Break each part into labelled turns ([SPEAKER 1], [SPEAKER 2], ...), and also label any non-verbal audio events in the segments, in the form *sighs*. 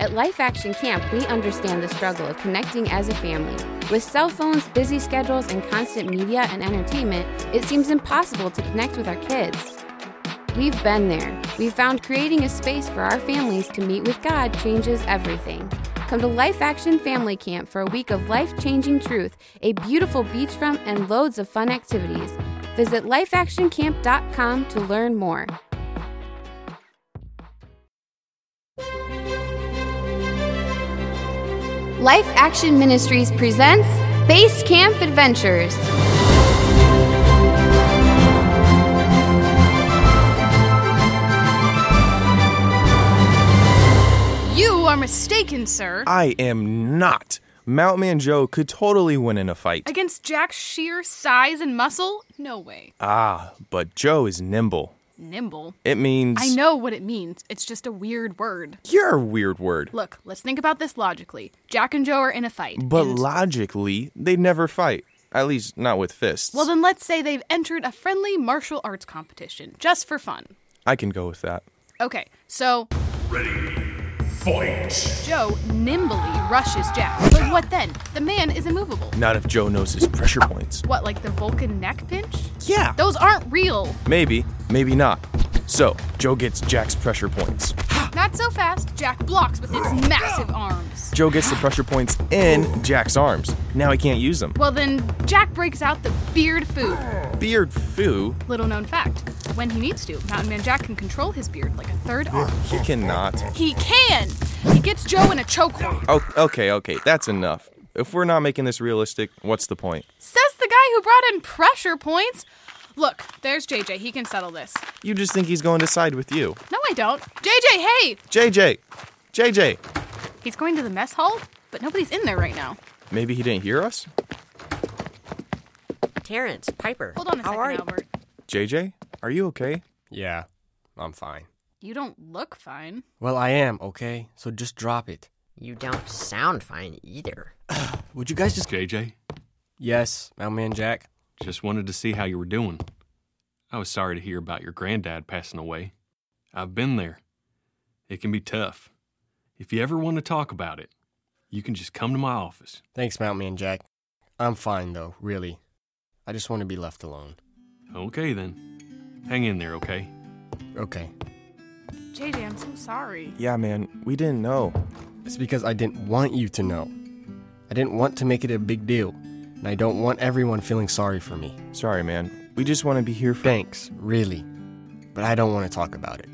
[SPEAKER 1] At Life Action Camp, we understand the struggle of connecting as a family. With cell phones, busy schedules, and constant media and entertainment, it seems impossible to connect with our kids. We've been there. We found creating a space for our families to meet with God changes everything. Come to Life Action Family Camp for a week of life changing truth, a beautiful beachfront, and loads of fun activities. Visit lifeactioncamp.com to learn more. Life Action Ministries presents Base Camp Adventures.
[SPEAKER 2] You are mistaken, sir.
[SPEAKER 3] I am not. Mount Man Joe could totally win in a fight.
[SPEAKER 2] Against Jack's sheer size and muscle? No way.
[SPEAKER 3] Ah, but Joe is nimble.
[SPEAKER 2] Nimble.
[SPEAKER 3] It means.
[SPEAKER 2] I know what it means. It's just a weird word.
[SPEAKER 3] You're a weird word.
[SPEAKER 2] Look, let's think about this logically. Jack and Joe are in a fight.
[SPEAKER 3] But
[SPEAKER 2] and-
[SPEAKER 3] logically, they'd never fight. At least, not with fists.
[SPEAKER 2] well, then let's say they've entered a friendly martial arts competition just for fun.
[SPEAKER 3] I can go with that.
[SPEAKER 2] Okay, so
[SPEAKER 4] Ready, fight!
[SPEAKER 2] Joe nimbly rushes Jack. But what then? The man is immovable.
[SPEAKER 3] Not if Joe knows his pressure points.
[SPEAKER 2] What, like the Vulcan neck pinch?
[SPEAKER 3] Yeah.
[SPEAKER 2] Those aren't real.
[SPEAKER 3] Maybe, maybe not. So, Joe gets Jack's pressure points.
[SPEAKER 2] Not so fast. Jack blocks with its massive arms.
[SPEAKER 3] Joe gets the pressure points in Jack's arms. Now he can't use them.
[SPEAKER 2] Well, then Jack breaks out the beard food.
[SPEAKER 3] Beard Foo,
[SPEAKER 2] Little known fact when he needs to, Mountain Man Jack can control his beard like a third arm.
[SPEAKER 3] he cannot.
[SPEAKER 2] He can! He gets Joe in a chokehold.
[SPEAKER 3] Oh, okay, okay, that's enough. If we're not making this realistic, what's the point?
[SPEAKER 2] Says the guy who brought in pressure points. Look, there's JJ. He can settle this.
[SPEAKER 3] You just think he's going to side with you.
[SPEAKER 2] No, I don't. JJ, hey!
[SPEAKER 3] JJ! JJ!
[SPEAKER 2] He's going to the mess hall, but nobody's in there right now.
[SPEAKER 3] Maybe he didn't hear us?
[SPEAKER 5] Terrence, Piper.
[SPEAKER 2] Hold on a
[SPEAKER 5] how
[SPEAKER 2] second,
[SPEAKER 5] are you?
[SPEAKER 2] Albert.
[SPEAKER 3] JJ, are you okay?
[SPEAKER 6] Yeah, I'm fine.
[SPEAKER 2] You don't look fine.
[SPEAKER 6] Well, I am, okay? So just drop it.
[SPEAKER 5] You don't sound fine either.
[SPEAKER 6] *sighs* Would you guys just.
[SPEAKER 4] JJ,
[SPEAKER 6] Yes, Mountain Man Jack.
[SPEAKER 4] just wanted to see how you were doing. I was sorry to hear about your granddad passing away. I've been there. It can be tough. If you ever want to talk about it, you can just come to my office.
[SPEAKER 6] Thanks, Mountain Man Jack. I'm fine, though, really. I just want to be left alone.
[SPEAKER 4] Okay then. Hang in there, okay?
[SPEAKER 6] Okay.
[SPEAKER 2] JJ, I'm so sorry.
[SPEAKER 3] Yeah, man, we didn't know.
[SPEAKER 6] It's because I didn't want you to know. I didn't want to make it a big deal, and I don't want everyone feeling sorry for me.
[SPEAKER 3] Sorry, man. We just want to be here for.
[SPEAKER 6] Thanks, really. But I don't want to talk about it.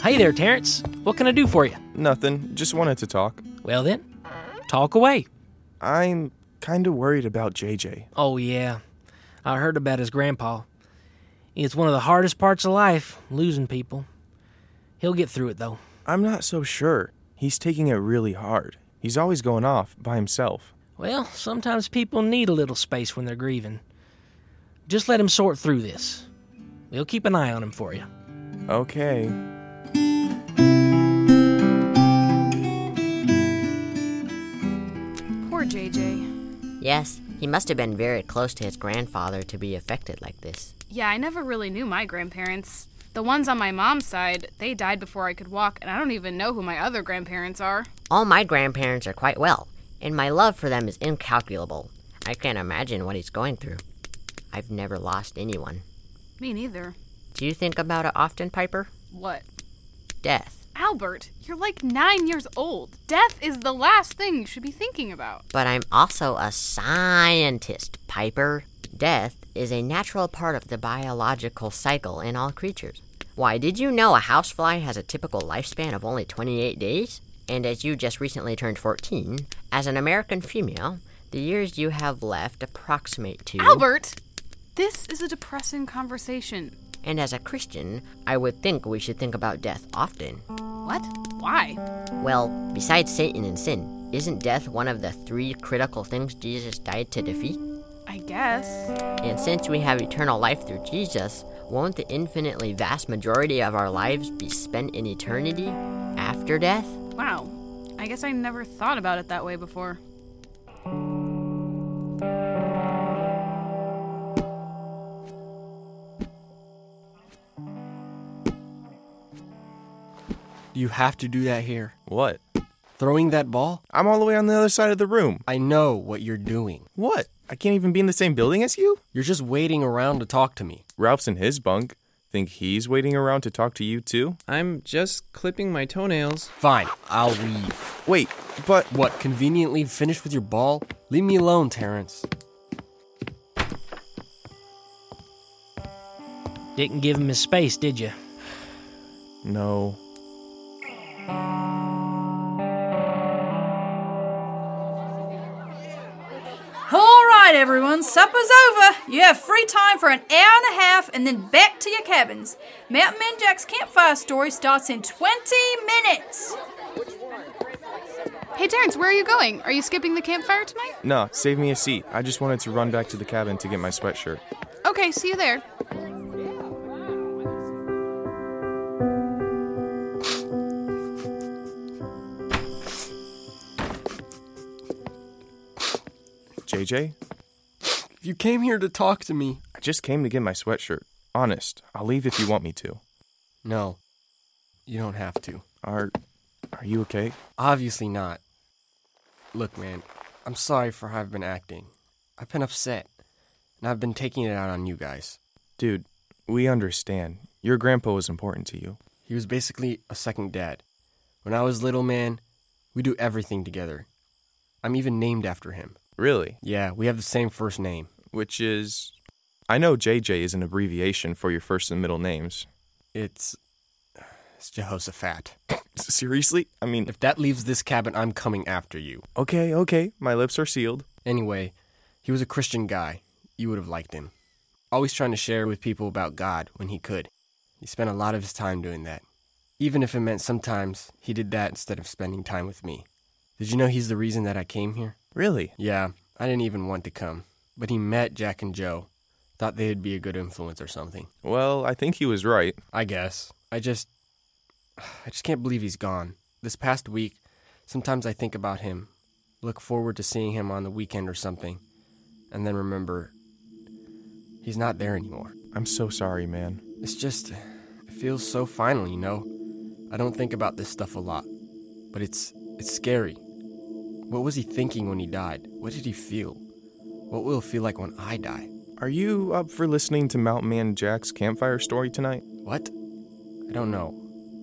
[SPEAKER 7] Hey there, Terrence. What can I do for you?
[SPEAKER 3] Nothing. Just wanted to talk.
[SPEAKER 7] Well, then, talk away.
[SPEAKER 3] I'm kind of worried about JJ.
[SPEAKER 7] Oh, yeah. I heard about his grandpa. It's one of the hardest parts of life, losing people. He'll get through it, though.
[SPEAKER 3] I'm not so sure. He's taking it really hard. He's always going off by himself.
[SPEAKER 7] Well, sometimes people need a little space when they're grieving. Just let him sort through this. We'll keep an eye on him for you.
[SPEAKER 3] Okay.
[SPEAKER 2] Poor JJ.
[SPEAKER 5] Yes, he must have been very close to his grandfather to be affected like this.
[SPEAKER 2] Yeah, I never really knew my grandparents. The ones on my mom's side, they died before I could walk, and I don't even know who my other grandparents are.
[SPEAKER 5] All my grandparents are quite well, and my love for them is incalculable. I can't imagine what he's going through. I've never lost anyone.
[SPEAKER 2] Me neither.
[SPEAKER 5] Do you think about it often, Piper?
[SPEAKER 2] What?
[SPEAKER 5] Death.
[SPEAKER 2] Albert, you're like nine years old. Death is the last thing you should be thinking about.
[SPEAKER 5] But I'm also a scientist, Piper. Death is a natural part of the biological cycle in all creatures. Why, did you know a housefly has a typical lifespan of only 28 days? And as you just recently turned 14, as an American female, the years you have left approximate to.
[SPEAKER 2] Albert! This is a depressing conversation.
[SPEAKER 5] And as a Christian, I would think we should think about death often.
[SPEAKER 2] What? Why?
[SPEAKER 5] Well, besides Satan and sin, isn't death one of the three critical things Jesus died to defeat?
[SPEAKER 2] I guess.
[SPEAKER 5] And since we have eternal life through Jesus, won't the infinitely vast majority of our lives be spent in eternity after death?
[SPEAKER 2] Wow. I guess I never thought about it that way before.
[SPEAKER 6] Do you have to do that here?
[SPEAKER 3] What?
[SPEAKER 6] Throwing that ball?
[SPEAKER 3] I'm all the way on the other side of the room.
[SPEAKER 6] I know what you're doing.
[SPEAKER 3] What? I can't even be in the same building as you?
[SPEAKER 6] You're just waiting around to talk to me.
[SPEAKER 3] Ralph's in his bunk. Think he's waiting around to talk to you too?
[SPEAKER 8] I'm just clipping my toenails.
[SPEAKER 6] Fine, I'll leave.
[SPEAKER 3] Wait, but
[SPEAKER 6] What, conveniently finished with your ball? Leave me alone, Terrence.
[SPEAKER 7] Didn't give him his space, did you?
[SPEAKER 3] no.
[SPEAKER 9] All right, everyone, supper's over. You have free time for an hour and a half and then back to your cabins. Mountain Man Jack's campfire story starts in 20 minutes.
[SPEAKER 2] Hey, Terrence, where are you going? Are you skipping the campfire tonight?
[SPEAKER 3] Nah, save me a seat. I just wanted to run back to the cabin to get my sweatshirt.
[SPEAKER 2] Okay, see you there.
[SPEAKER 3] JJ,
[SPEAKER 6] If you came here to talk to me.
[SPEAKER 3] I just came to get my sweatshirt. Honest, I'll leave if you want me to.
[SPEAKER 6] No, you don't have to.
[SPEAKER 3] Are are you okay?
[SPEAKER 6] Obviously not. Look, man, I'm sorry for how I've been acting. I've been upset, and I've been taking it out on you guys.
[SPEAKER 3] Dude, we understand. Your grandpa was important to you.
[SPEAKER 6] He was basically a second dad. When I was little, man, we do everything together. I'm even named after him.
[SPEAKER 3] Really?
[SPEAKER 6] Yeah, we have the same first name.
[SPEAKER 3] Which is I know JJ is an abbreviation for your first and middle names.
[SPEAKER 6] It's. It's Jehoshaphat.
[SPEAKER 3] *laughs* Seriously? I mean,
[SPEAKER 6] If that leaves this cabin, I'm coming after you.
[SPEAKER 3] okay, okay. My lips are sealed.
[SPEAKER 6] Anyway, he was a Christian guy. You would have liked him. Always trying to share with people about God when he could. He spent a lot of his time doing that. Even if it meant sometimes he did that instead of spending time with me. Did you know he's the reason that I came here?
[SPEAKER 3] Really?
[SPEAKER 6] Yeah, I didn't even want to come. But he met Jack and Joe. Thought they'd be a good influence or something.
[SPEAKER 3] Well, I think he was right.
[SPEAKER 6] I guess. I just. I just can't believe he's gone. This past week, sometimes I think about him, look forward to seeing him on the weekend or something, and then remember he's not there anymore.
[SPEAKER 3] I'm so sorry, man.
[SPEAKER 6] It's just. It feels so final, you know? I don't think about this stuff a lot, but it's. It's scary. What was he thinking when he died? What did he feel? What will it feel like when I die?
[SPEAKER 3] Are you up for listening to Mountain Man Jack's campfire story tonight?
[SPEAKER 6] What? I don't know.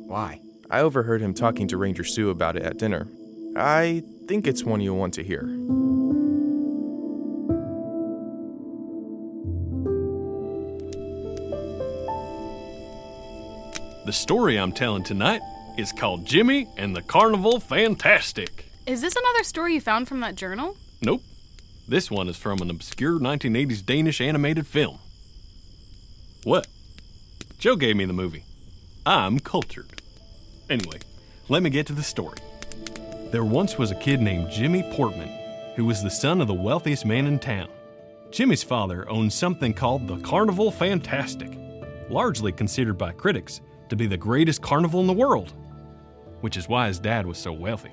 [SPEAKER 6] Why?
[SPEAKER 3] I overheard him talking to Ranger Sue about it at dinner. I think it's one you'll want to hear.
[SPEAKER 4] The story I'm telling tonight is called Jimmy and the Carnival Fantastic.
[SPEAKER 2] Is this another story you found from that journal?
[SPEAKER 4] Nope. This one is from an obscure 1980s Danish animated film. What? Joe gave me the movie. I'm cultured. Anyway, let me get to the story. There once was a kid named Jimmy Portman who was the son of the wealthiest man in town. Jimmy's father owned something called the Carnival Fantastic, largely considered by critics to be the greatest carnival in the world, which is why his dad was so wealthy.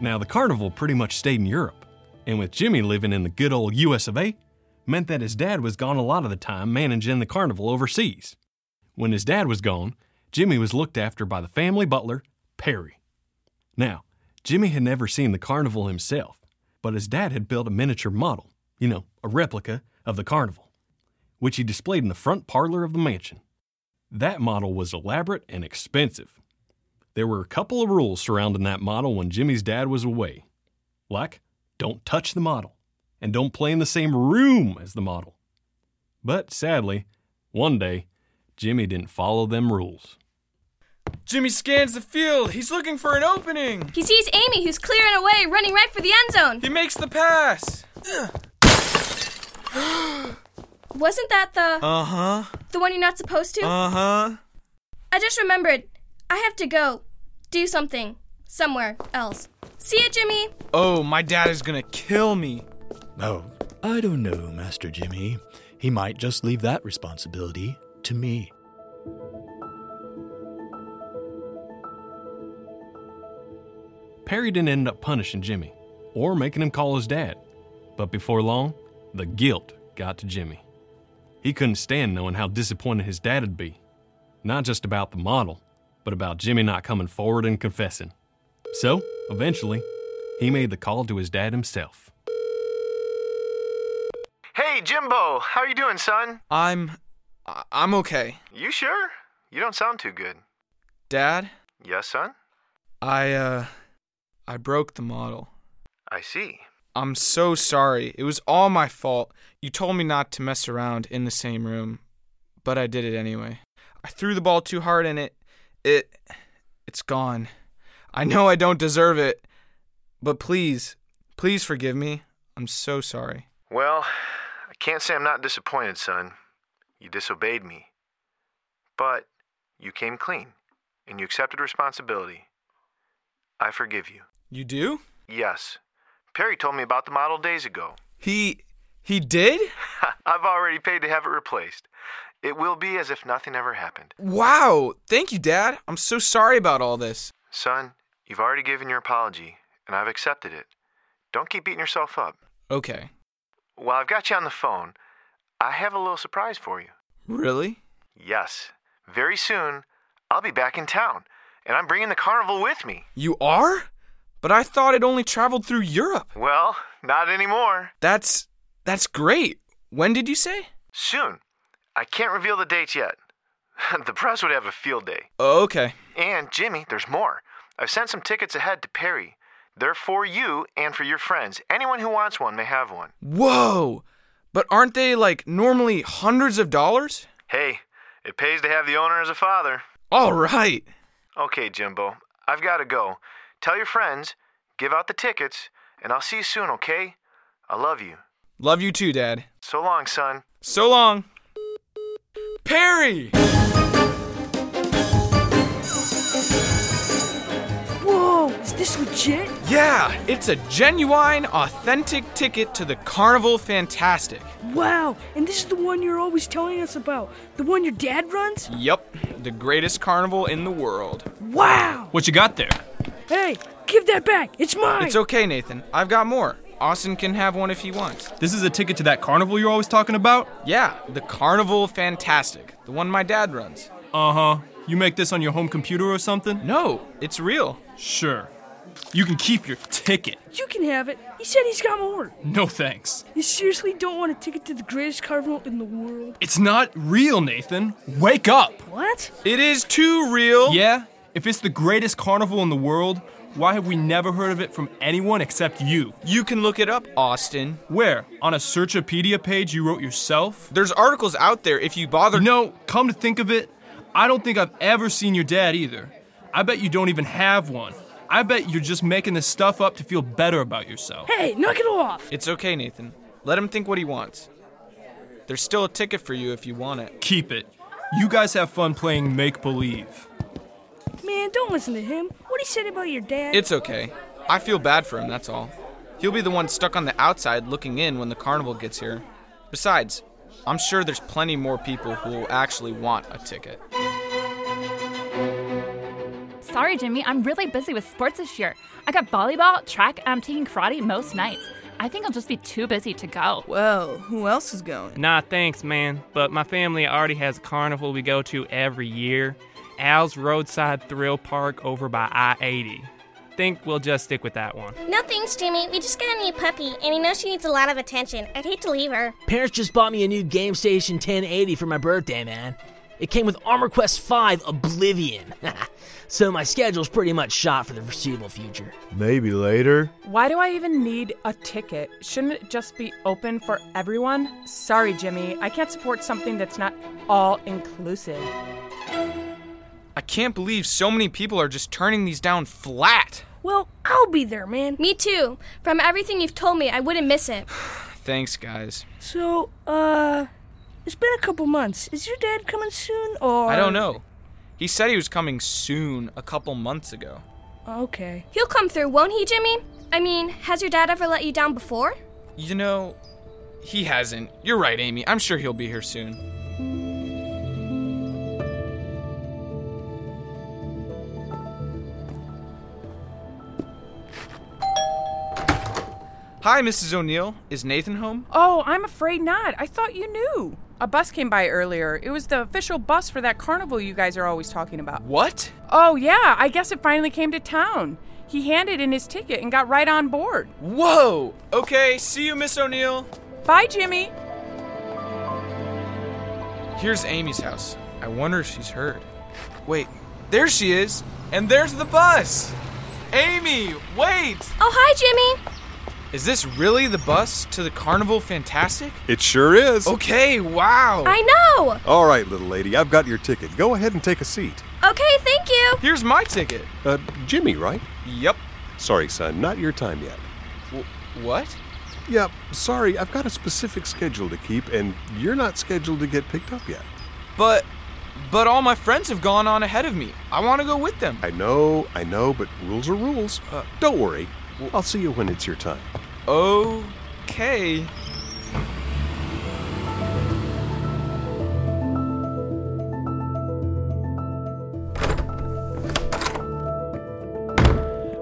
[SPEAKER 4] Now, the carnival pretty much stayed in Europe, and with Jimmy living in the good old US of A, meant that his dad was gone a lot of the time managing the carnival overseas. When his dad was gone, Jimmy was looked after by the family butler, Perry. Now, Jimmy had never seen the carnival himself, but his dad had built a miniature model, you know, a replica of the carnival, which he displayed in the front parlor of the mansion. That model was elaborate and expensive. There were a couple of rules surrounding that model when Jimmy's dad was away. Like, don't touch the model, and don't play in the same room as the model. But sadly, one day, Jimmy didn't follow them rules.
[SPEAKER 8] Jimmy scans the field. He's looking for an opening.
[SPEAKER 9] He sees Amy, who's clearing away, running right for the end zone.
[SPEAKER 8] He makes the pass.
[SPEAKER 9] *gasps* Wasn't that the
[SPEAKER 8] Uh huh.
[SPEAKER 9] the one you're not supposed to?
[SPEAKER 8] Uh huh.
[SPEAKER 9] I just remembered. I have to go do something somewhere else. See ya, Jimmy.
[SPEAKER 8] Oh, my dad is gonna kill me.
[SPEAKER 10] Oh, I don't know, Master Jimmy. He might just leave that responsibility to me.
[SPEAKER 4] Perry didn't end up punishing Jimmy or making him call his dad. But before long, the guilt got to Jimmy. He couldn't stand knowing how disappointed his dad'd be, not just about the model, but about Jimmy not coming forward and confessing. So, eventually, he made the call to his dad himself.
[SPEAKER 11] Hey, Jimbo, how you doing, son?
[SPEAKER 8] I'm. I- I'm okay.
[SPEAKER 11] You sure? You don't sound too good.
[SPEAKER 8] Dad,
[SPEAKER 11] Yes, son?
[SPEAKER 8] I, uh. I broke the model.
[SPEAKER 11] I see.
[SPEAKER 8] I'm so sorry. It was all my fault. You told me not to mess around in the same room, but I did it anyway. I threw the ball too hard and it it it's gone. I know I don't deserve it, but please, please forgive me. I'm so sorry.
[SPEAKER 11] Well, I can't say I'm not disappointed, son. You disobeyed me. But you came clean, and you accepted responsibility. I forgive you.
[SPEAKER 8] You do?
[SPEAKER 11] Yes. Perry told me about the model days ago. *laughs*
[SPEAKER 8] He he did?
[SPEAKER 11] I've already paid to have it replaced. It will be as if nothing ever happened.
[SPEAKER 8] Wow. Thank you, dad. I'm so sorry about all this.
[SPEAKER 11] Son, you've already given your apology, and I've accepted it. Don't keep beating yourself up.
[SPEAKER 8] Okay.
[SPEAKER 11] While I've got you on the phone, I have a little surprise for you.
[SPEAKER 8] Really?
[SPEAKER 11] Yes, very soon I'll be back in town, and I'm bringing the carnival with me.
[SPEAKER 8] You are? But I thought it only traveled through Europe.
[SPEAKER 11] Well, not anymore.
[SPEAKER 8] That's that's great. When did you say?
[SPEAKER 11] Soon. I can't reveal the dates yet. *laughs* the press would have a field day.
[SPEAKER 8] Oh, Okay.
[SPEAKER 11] And, Jimmy, there's more. I've sent some tickets ahead to Perry. They're for you and for your friends. Anyone who wants one may have one.
[SPEAKER 8] Whoa! But aren't they like normally hundreds of dollars?
[SPEAKER 11] Hey, it pays to have the owner as a father.
[SPEAKER 8] All right.
[SPEAKER 11] Okay, Jimbo, I've got to go. Tell your friends, give out the tickets, and I'll see you soon, okay? I love you.
[SPEAKER 8] Love you too, Dad.
[SPEAKER 11] So long, son.
[SPEAKER 8] So long. Perry!
[SPEAKER 12] Whoa, is this legit?
[SPEAKER 8] Yeah, it's a genuine, authentic ticket to the Carnival Fantastic.
[SPEAKER 12] Wow, and this is the one you're always telling us about. The one your dad runs?
[SPEAKER 8] Yep, the greatest carnival in the world.
[SPEAKER 12] Wow!
[SPEAKER 4] What you got there?
[SPEAKER 12] Hey, give that back. It's mine.
[SPEAKER 8] It's okay, Nathan. I've got more. Austin can have one if he wants.
[SPEAKER 13] This is a ticket to that carnival you're always talking about?
[SPEAKER 8] Yeah, the Carnival Fantastic, the one my dad runs.
[SPEAKER 13] Uh huh. You make this on your home computer or something?
[SPEAKER 8] No, it's real.
[SPEAKER 13] Sure. You can keep your ticket.
[SPEAKER 12] You can have it. He said he's got more.
[SPEAKER 13] No thanks.
[SPEAKER 12] You seriously don't want a ticket to the greatest carnival in the world?
[SPEAKER 13] It's not real, Nathan. Wake up!
[SPEAKER 12] What?
[SPEAKER 8] It is too real.
[SPEAKER 13] Yeah? If it's the greatest carnival in the world, why have we never heard of it from anyone except you?
[SPEAKER 8] You can look it up, Austin.
[SPEAKER 13] Where? On a Searchopedia page you wrote yourself?
[SPEAKER 8] There's articles out there if you bother.
[SPEAKER 13] No, come to think of it, I don't think I've ever seen your dad either. I bet you don't even have one. I bet you're just making this stuff up to feel better about yourself.
[SPEAKER 12] Hey, knock it off!
[SPEAKER 8] It's okay, Nathan. Let him think what he wants. There's still a ticket for you if you want it.
[SPEAKER 13] Keep it. You guys have fun playing make believe.
[SPEAKER 12] Man, don't listen to him. What he said about your dad.
[SPEAKER 8] It's okay. I feel bad for him, that's all. He'll be the one stuck on the outside looking in when the carnival gets here. Besides, I'm sure there's plenty more people who will actually want a ticket.
[SPEAKER 14] Sorry, Jimmy, I'm really busy with sports this year. I got volleyball, track, and I'm taking karate most nights. I think I'll just be too busy to go.
[SPEAKER 15] Whoa, who else is going?
[SPEAKER 16] Nah, thanks, man. But my family already has a carnival we go to every year Al's Roadside Thrill Park over by I 80. Think we'll just stick with that one.
[SPEAKER 17] No thanks, Jimmy. We just got a new puppy, and I know she needs a lot of attention. I'd hate to leave her.
[SPEAKER 18] Parents just bought me a new Game Station 1080 for my birthday, man. It came with Armor Quest V Oblivion. *laughs* so my schedule's pretty much shot for the foreseeable future.
[SPEAKER 19] Maybe later.
[SPEAKER 20] Why do I even need a ticket? Shouldn't it just be open for everyone? Sorry, Jimmy. I can't support something that's not all inclusive.
[SPEAKER 8] I can't believe so many people are just turning these down flat.
[SPEAKER 12] Well, I'll be there, man.
[SPEAKER 17] Me too. From everything you've told me, I wouldn't miss it.
[SPEAKER 8] Thanks, guys.
[SPEAKER 12] So, uh, it's been a couple months. Is your dad coming soon, or.
[SPEAKER 8] I don't know. He said he was coming soon a couple months ago.
[SPEAKER 12] Okay.
[SPEAKER 17] He'll come through, won't he, Jimmy? I mean, has your dad ever let you down before?
[SPEAKER 8] You know, he hasn't. You're right, Amy. I'm sure he'll be here soon. Hi, Mrs. O'Neill. Is Nathan home?
[SPEAKER 20] Oh, I'm afraid not. I thought you knew. A bus came by earlier. It was the official bus for that carnival you guys are always talking about.
[SPEAKER 8] What?
[SPEAKER 20] Oh, yeah, I guess it finally came to town. He handed in his ticket and got right on board.
[SPEAKER 8] Whoa! Okay, see you, Miss O'Neill.
[SPEAKER 20] Bye, Jimmy.
[SPEAKER 8] Here's Amy's house. I wonder if she's heard. Wait, there she is, and there's the bus! Amy, wait!
[SPEAKER 17] Oh, hi, Jimmy.
[SPEAKER 8] Is this really the bus to the Carnival Fantastic?
[SPEAKER 19] It sure is.
[SPEAKER 8] Okay, wow!
[SPEAKER 17] I know.
[SPEAKER 19] All right, little lady, I've got your ticket. Go ahead and take a seat.
[SPEAKER 17] Okay, thank you.
[SPEAKER 8] Here's my ticket.
[SPEAKER 19] Uh, Jimmy, right?
[SPEAKER 8] Yep.
[SPEAKER 19] Sorry, son, not your time yet.
[SPEAKER 8] Wh- what?
[SPEAKER 19] Yep, sorry, I've got a specific schedule to keep, and you're not scheduled to get picked up yet.
[SPEAKER 8] But, but all my friends have gone on ahead of me. I want to go with them. Uh,
[SPEAKER 19] I know, I know, but rules are rules. Don't worry, I'll see you when it's your time.
[SPEAKER 8] Okay.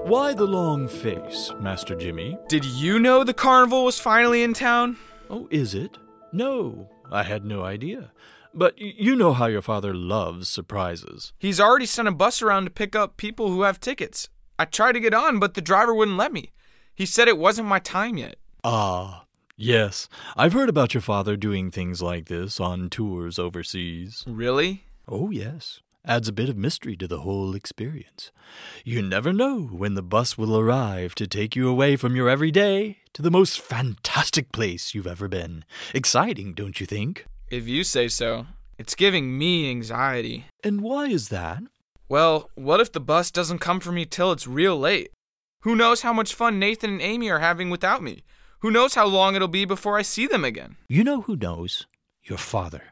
[SPEAKER 10] Why the long face, Master Jimmy?
[SPEAKER 8] Did you know the carnival was finally in town?
[SPEAKER 10] Oh, is it? No, I had no idea. But y- you know how your father loves surprises.
[SPEAKER 8] He's already sent a bus around to pick up people who have tickets. I tried to get on, but the driver wouldn't let me. He said it wasn't my time yet.
[SPEAKER 10] Ah, yes. I've heard about your father doing things like this on tours overseas.
[SPEAKER 8] Really?
[SPEAKER 10] Oh, yes. Adds a bit of mystery to the whole experience. You never know when the bus will arrive to take you away from your everyday to the most fantastic place you've ever been. Exciting, don't you think?
[SPEAKER 8] If you say so. It's giving me anxiety.
[SPEAKER 10] And why is that?
[SPEAKER 8] Well, what if the bus doesn't come for me till it's real late? Who knows how much fun Nathan and Amy are having without me? Who knows how long it'll be before I see them again?
[SPEAKER 10] You know who knows? Your father.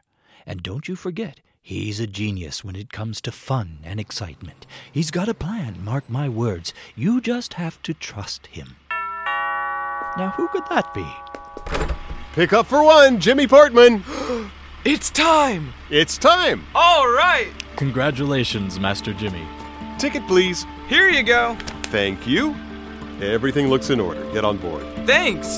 [SPEAKER 10] And don't you forget, he's a genius when it comes to fun and excitement. He's got a plan, mark my words. You just have to trust him. Now, who could that be?
[SPEAKER 19] Pick up for one, Jimmy Portman. *gasps*
[SPEAKER 8] it's time!
[SPEAKER 19] It's time!
[SPEAKER 8] All right!
[SPEAKER 10] Congratulations, Master Jimmy.
[SPEAKER 19] Ticket, please.
[SPEAKER 8] Here you go.
[SPEAKER 19] Thank you. Everything looks in order. Get on board.
[SPEAKER 8] Thanks!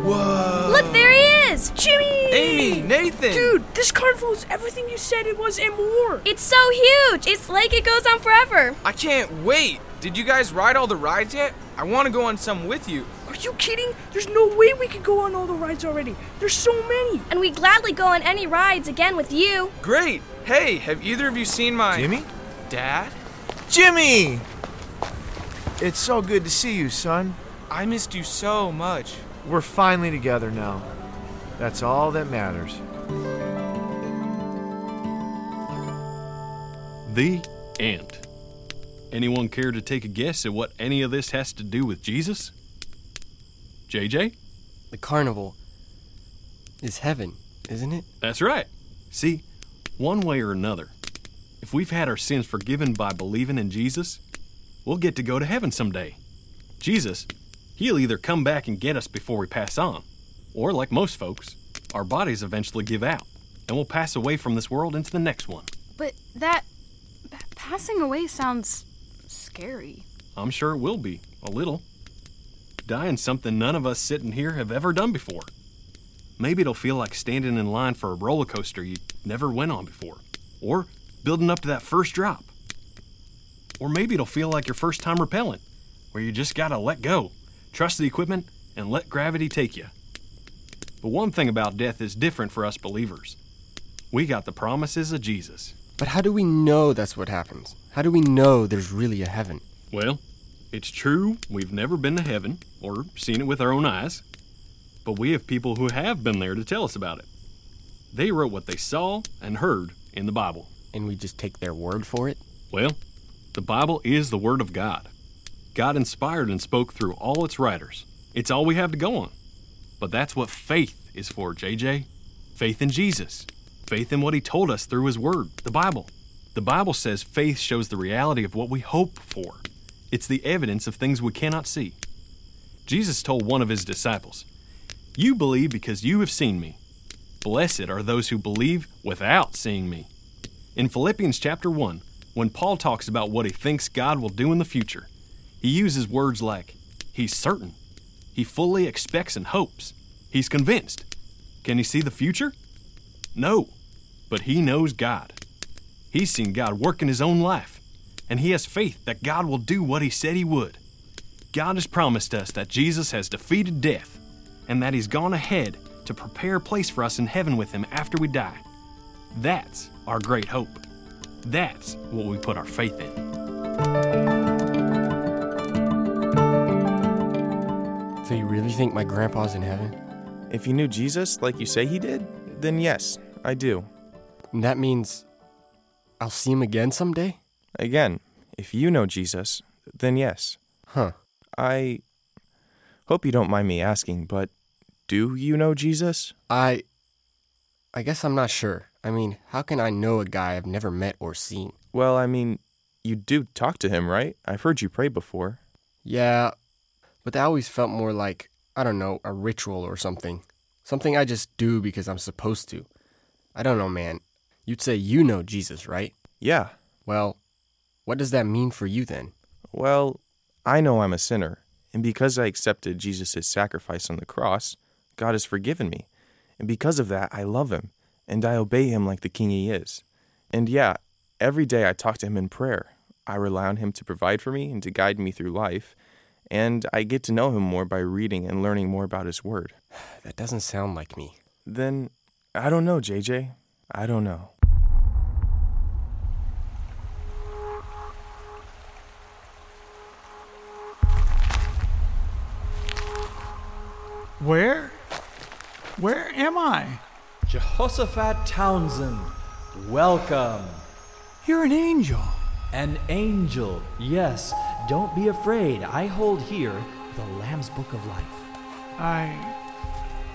[SPEAKER 17] Look, there he is.
[SPEAKER 12] Jimmy!
[SPEAKER 8] Amy, Nathan!
[SPEAKER 12] Dude, this carnival is everything you said it was and more.
[SPEAKER 17] It's so huge. It's like it goes on forever.
[SPEAKER 8] I can't wait! Did you guys ride all the rides yet? I want to go on some with you.
[SPEAKER 12] Are you kidding? There's no way we could go on all the rides already. There's so many.
[SPEAKER 17] And we'd gladly go on any rides again with you.
[SPEAKER 8] Great! Hey, have either of you seen my.
[SPEAKER 11] Jimmy?
[SPEAKER 8] Dad?
[SPEAKER 11] Jimmy! It's so good to see you, son.
[SPEAKER 8] I missed you so much.
[SPEAKER 11] We're finally together now. That's all that matters.
[SPEAKER 4] The end. Anyone care to take a guess at what any of this has to do with Jesus? JJ?
[SPEAKER 6] The carnival is heaven, isn't it?
[SPEAKER 4] That's right. See, one way or another, if we've had our sins forgiven by believing in Jesus, we'll get to go to heaven someday. Jesus, he'll either come back and get us before we pass on, or like most folks, our bodies eventually give out and we'll pass away from this world into the next one.
[SPEAKER 2] But that p- passing away sounds scary.
[SPEAKER 4] I'm sure it will be, a little. Dying something none of us sitting here have ever done before. Maybe it'll feel like standing in line for a roller coaster you never went on before, or building up to that first drop. Or maybe it'll feel like your first time rappelling, where you just gotta let go, trust the equipment, and let gravity take you. But one thing about death is different for us believers we got the promises of Jesus.
[SPEAKER 6] But how do we know that's what happens? How do we know there's really a heaven?
[SPEAKER 4] Well, it's true we've never been to heaven or seen it with our own eyes, but we have people who have been there to tell us about it. They wrote what they saw and heard in the Bible.
[SPEAKER 6] And we just take their word for it?
[SPEAKER 4] Well, the Bible is the Word of God. God inspired and spoke through all its writers. It's all we have to go on. But that's what faith is for, JJ. Faith in Jesus. Faith in what He told us through His Word, the Bible. The Bible says faith shows the reality of what we hope for, it's the evidence of things we cannot see. Jesus told one of His disciples, You believe because you have seen me. Blessed are those who believe without seeing me. In Philippians chapter 1, when Paul talks about what he thinks God will do in the future, he uses words like, He's certain, He fully expects and hopes. He's convinced. Can he see the future? No, but he knows God. He's seen God work in his own life, and he has faith that God will do what he said he would. God has promised us that Jesus has defeated death and that he's gone ahead to prepare a place for us in heaven with him after we die. That's our great hope. That's what we put our faith in.
[SPEAKER 6] So you really think my grandpa's in heaven?
[SPEAKER 3] If he knew Jesus like you say he did, then yes, I do.
[SPEAKER 6] And that means I'll see him again someday?
[SPEAKER 3] Again, if you know Jesus, then yes.
[SPEAKER 6] Huh.
[SPEAKER 3] I hope you don't mind me asking, but do you know Jesus?
[SPEAKER 6] I I guess I'm not sure. I mean, how can I know a guy I've never met or seen?
[SPEAKER 3] Well, I mean, you do talk to him, right? I've heard you pray before.
[SPEAKER 6] Yeah, but that always felt more like, I don't know, a ritual or something. Something I just do because I'm supposed to. I don't know, man. You'd say you know Jesus, right?
[SPEAKER 3] Yeah.
[SPEAKER 6] Well, what does that mean for you then?
[SPEAKER 3] Well, I know I'm a sinner, and because I accepted Jesus' sacrifice on the cross, God has forgiven me. And because of that, I love him, and I obey him like the king he is. And yeah, every day I talk to him in prayer. I rely on him to provide for me and to guide me through life, and I get to know him more by reading and learning more about his word.
[SPEAKER 6] *sighs* That doesn't sound like me.
[SPEAKER 3] Then, I don't know, JJ. I don't know.
[SPEAKER 13] Where? Where am I?
[SPEAKER 21] Jehoshaphat Townsend, welcome.
[SPEAKER 13] You're an angel.
[SPEAKER 21] An angel, yes. Don't be afraid. I hold here the Lamb's Book of Life.
[SPEAKER 13] I.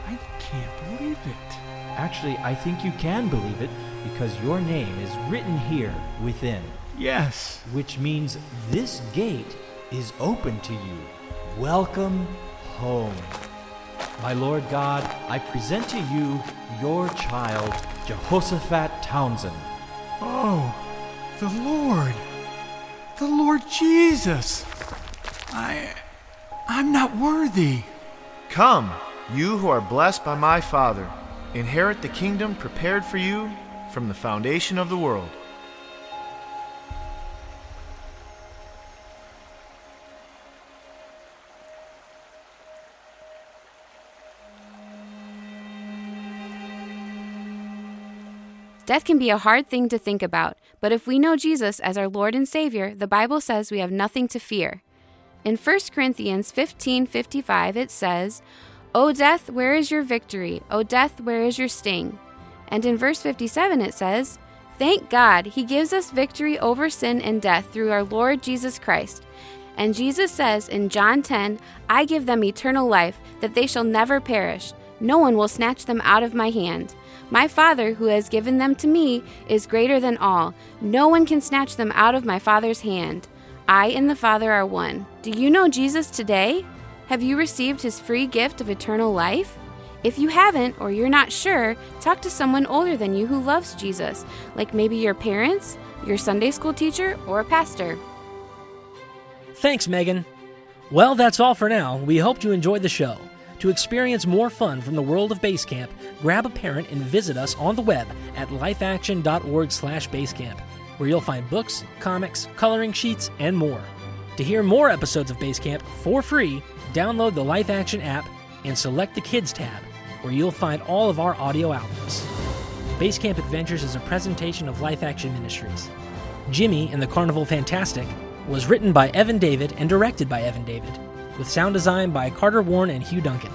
[SPEAKER 13] I can't believe it.
[SPEAKER 21] Actually, I think you can believe it because your name is written here within.
[SPEAKER 13] Yes.
[SPEAKER 21] Which means this gate is open to you. Welcome home. My Lord God, I present to you your child, Jehoshaphat Townsend.
[SPEAKER 13] Oh, the Lord. The Lord Jesus. I. I'm not worthy.
[SPEAKER 11] Come, you who are blessed by my Father, inherit the kingdom prepared for you from the foundation of the world.
[SPEAKER 1] Death can be a hard thing to think about, but if we know Jesus as our Lord and Savior, the Bible says we have nothing to fear. In 1 Corinthians 15:55 it says, "O death, where is your victory? O death, where is your sting?" And in verse 57 it says, "Thank God, he gives us victory over sin and death through our Lord Jesus Christ." And Jesus says in John 10, "I give them eternal life, that they shall never perish. No one will snatch them out of my hand." My Father, who has given them to me, is greater than all. No one can snatch them out of my Father's hand. I and the Father are one. Do you know Jesus today? Have you received his free gift of eternal life? If you haven't, or you're not sure, talk to someone older than you who loves Jesus, like maybe your parents, your Sunday school teacher, or a pastor.
[SPEAKER 7] Thanks, Megan. Well, that's all for now. We hope you enjoyed the show. To experience more fun from the world of Basecamp, grab a parent and visit us on the web at lifeaction.org/basecamp, where you'll find books, comics, coloring sheets, and more. To hear more episodes of Basecamp for free, download the Life Action app and select the Kids tab, where you'll find all of our audio albums. Basecamp Adventures is a presentation of Life Action Ministries. Jimmy and the Carnival Fantastic was written by Evan David and directed by Evan David with sound design by Carter Warren and Hugh Duncan.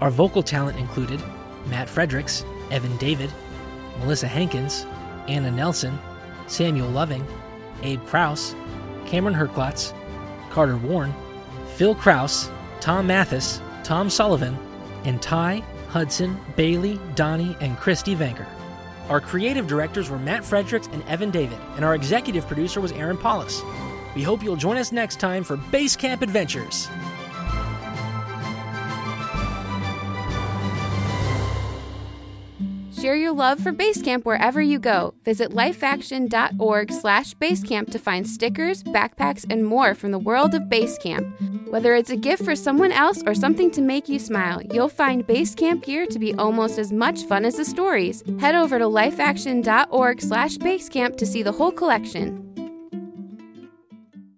[SPEAKER 7] Our vocal talent included Matt Fredericks, Evan David, Melissa Hankins, Anna Nelson, Samuel Loving, Abe Kraus, Cameron Herklotz, Carter Warren, Phil Kraus, Tom Mathis, Tom Sullivan, and Ty, Hudson, Bailey, Donnie, and Christy Vanker. Our creative directors were Matt Fredericks and Evan David, and our executive producer was Aaron Paulus. We hope you'll join us next time for Basecamp Adventures.
[SPEAKER 1] Share your love for Basecamp wherever you go. Visit lifeaction.org slash basecamp to find stickers, backpacks, and more from the world of Basecamp. Whether it's a gift for someone else or something to make you smile, you'll find Basecamp gear to be almost as much fun as the stories. Head over to lifeaction.org slash basecamp to see the whole collection.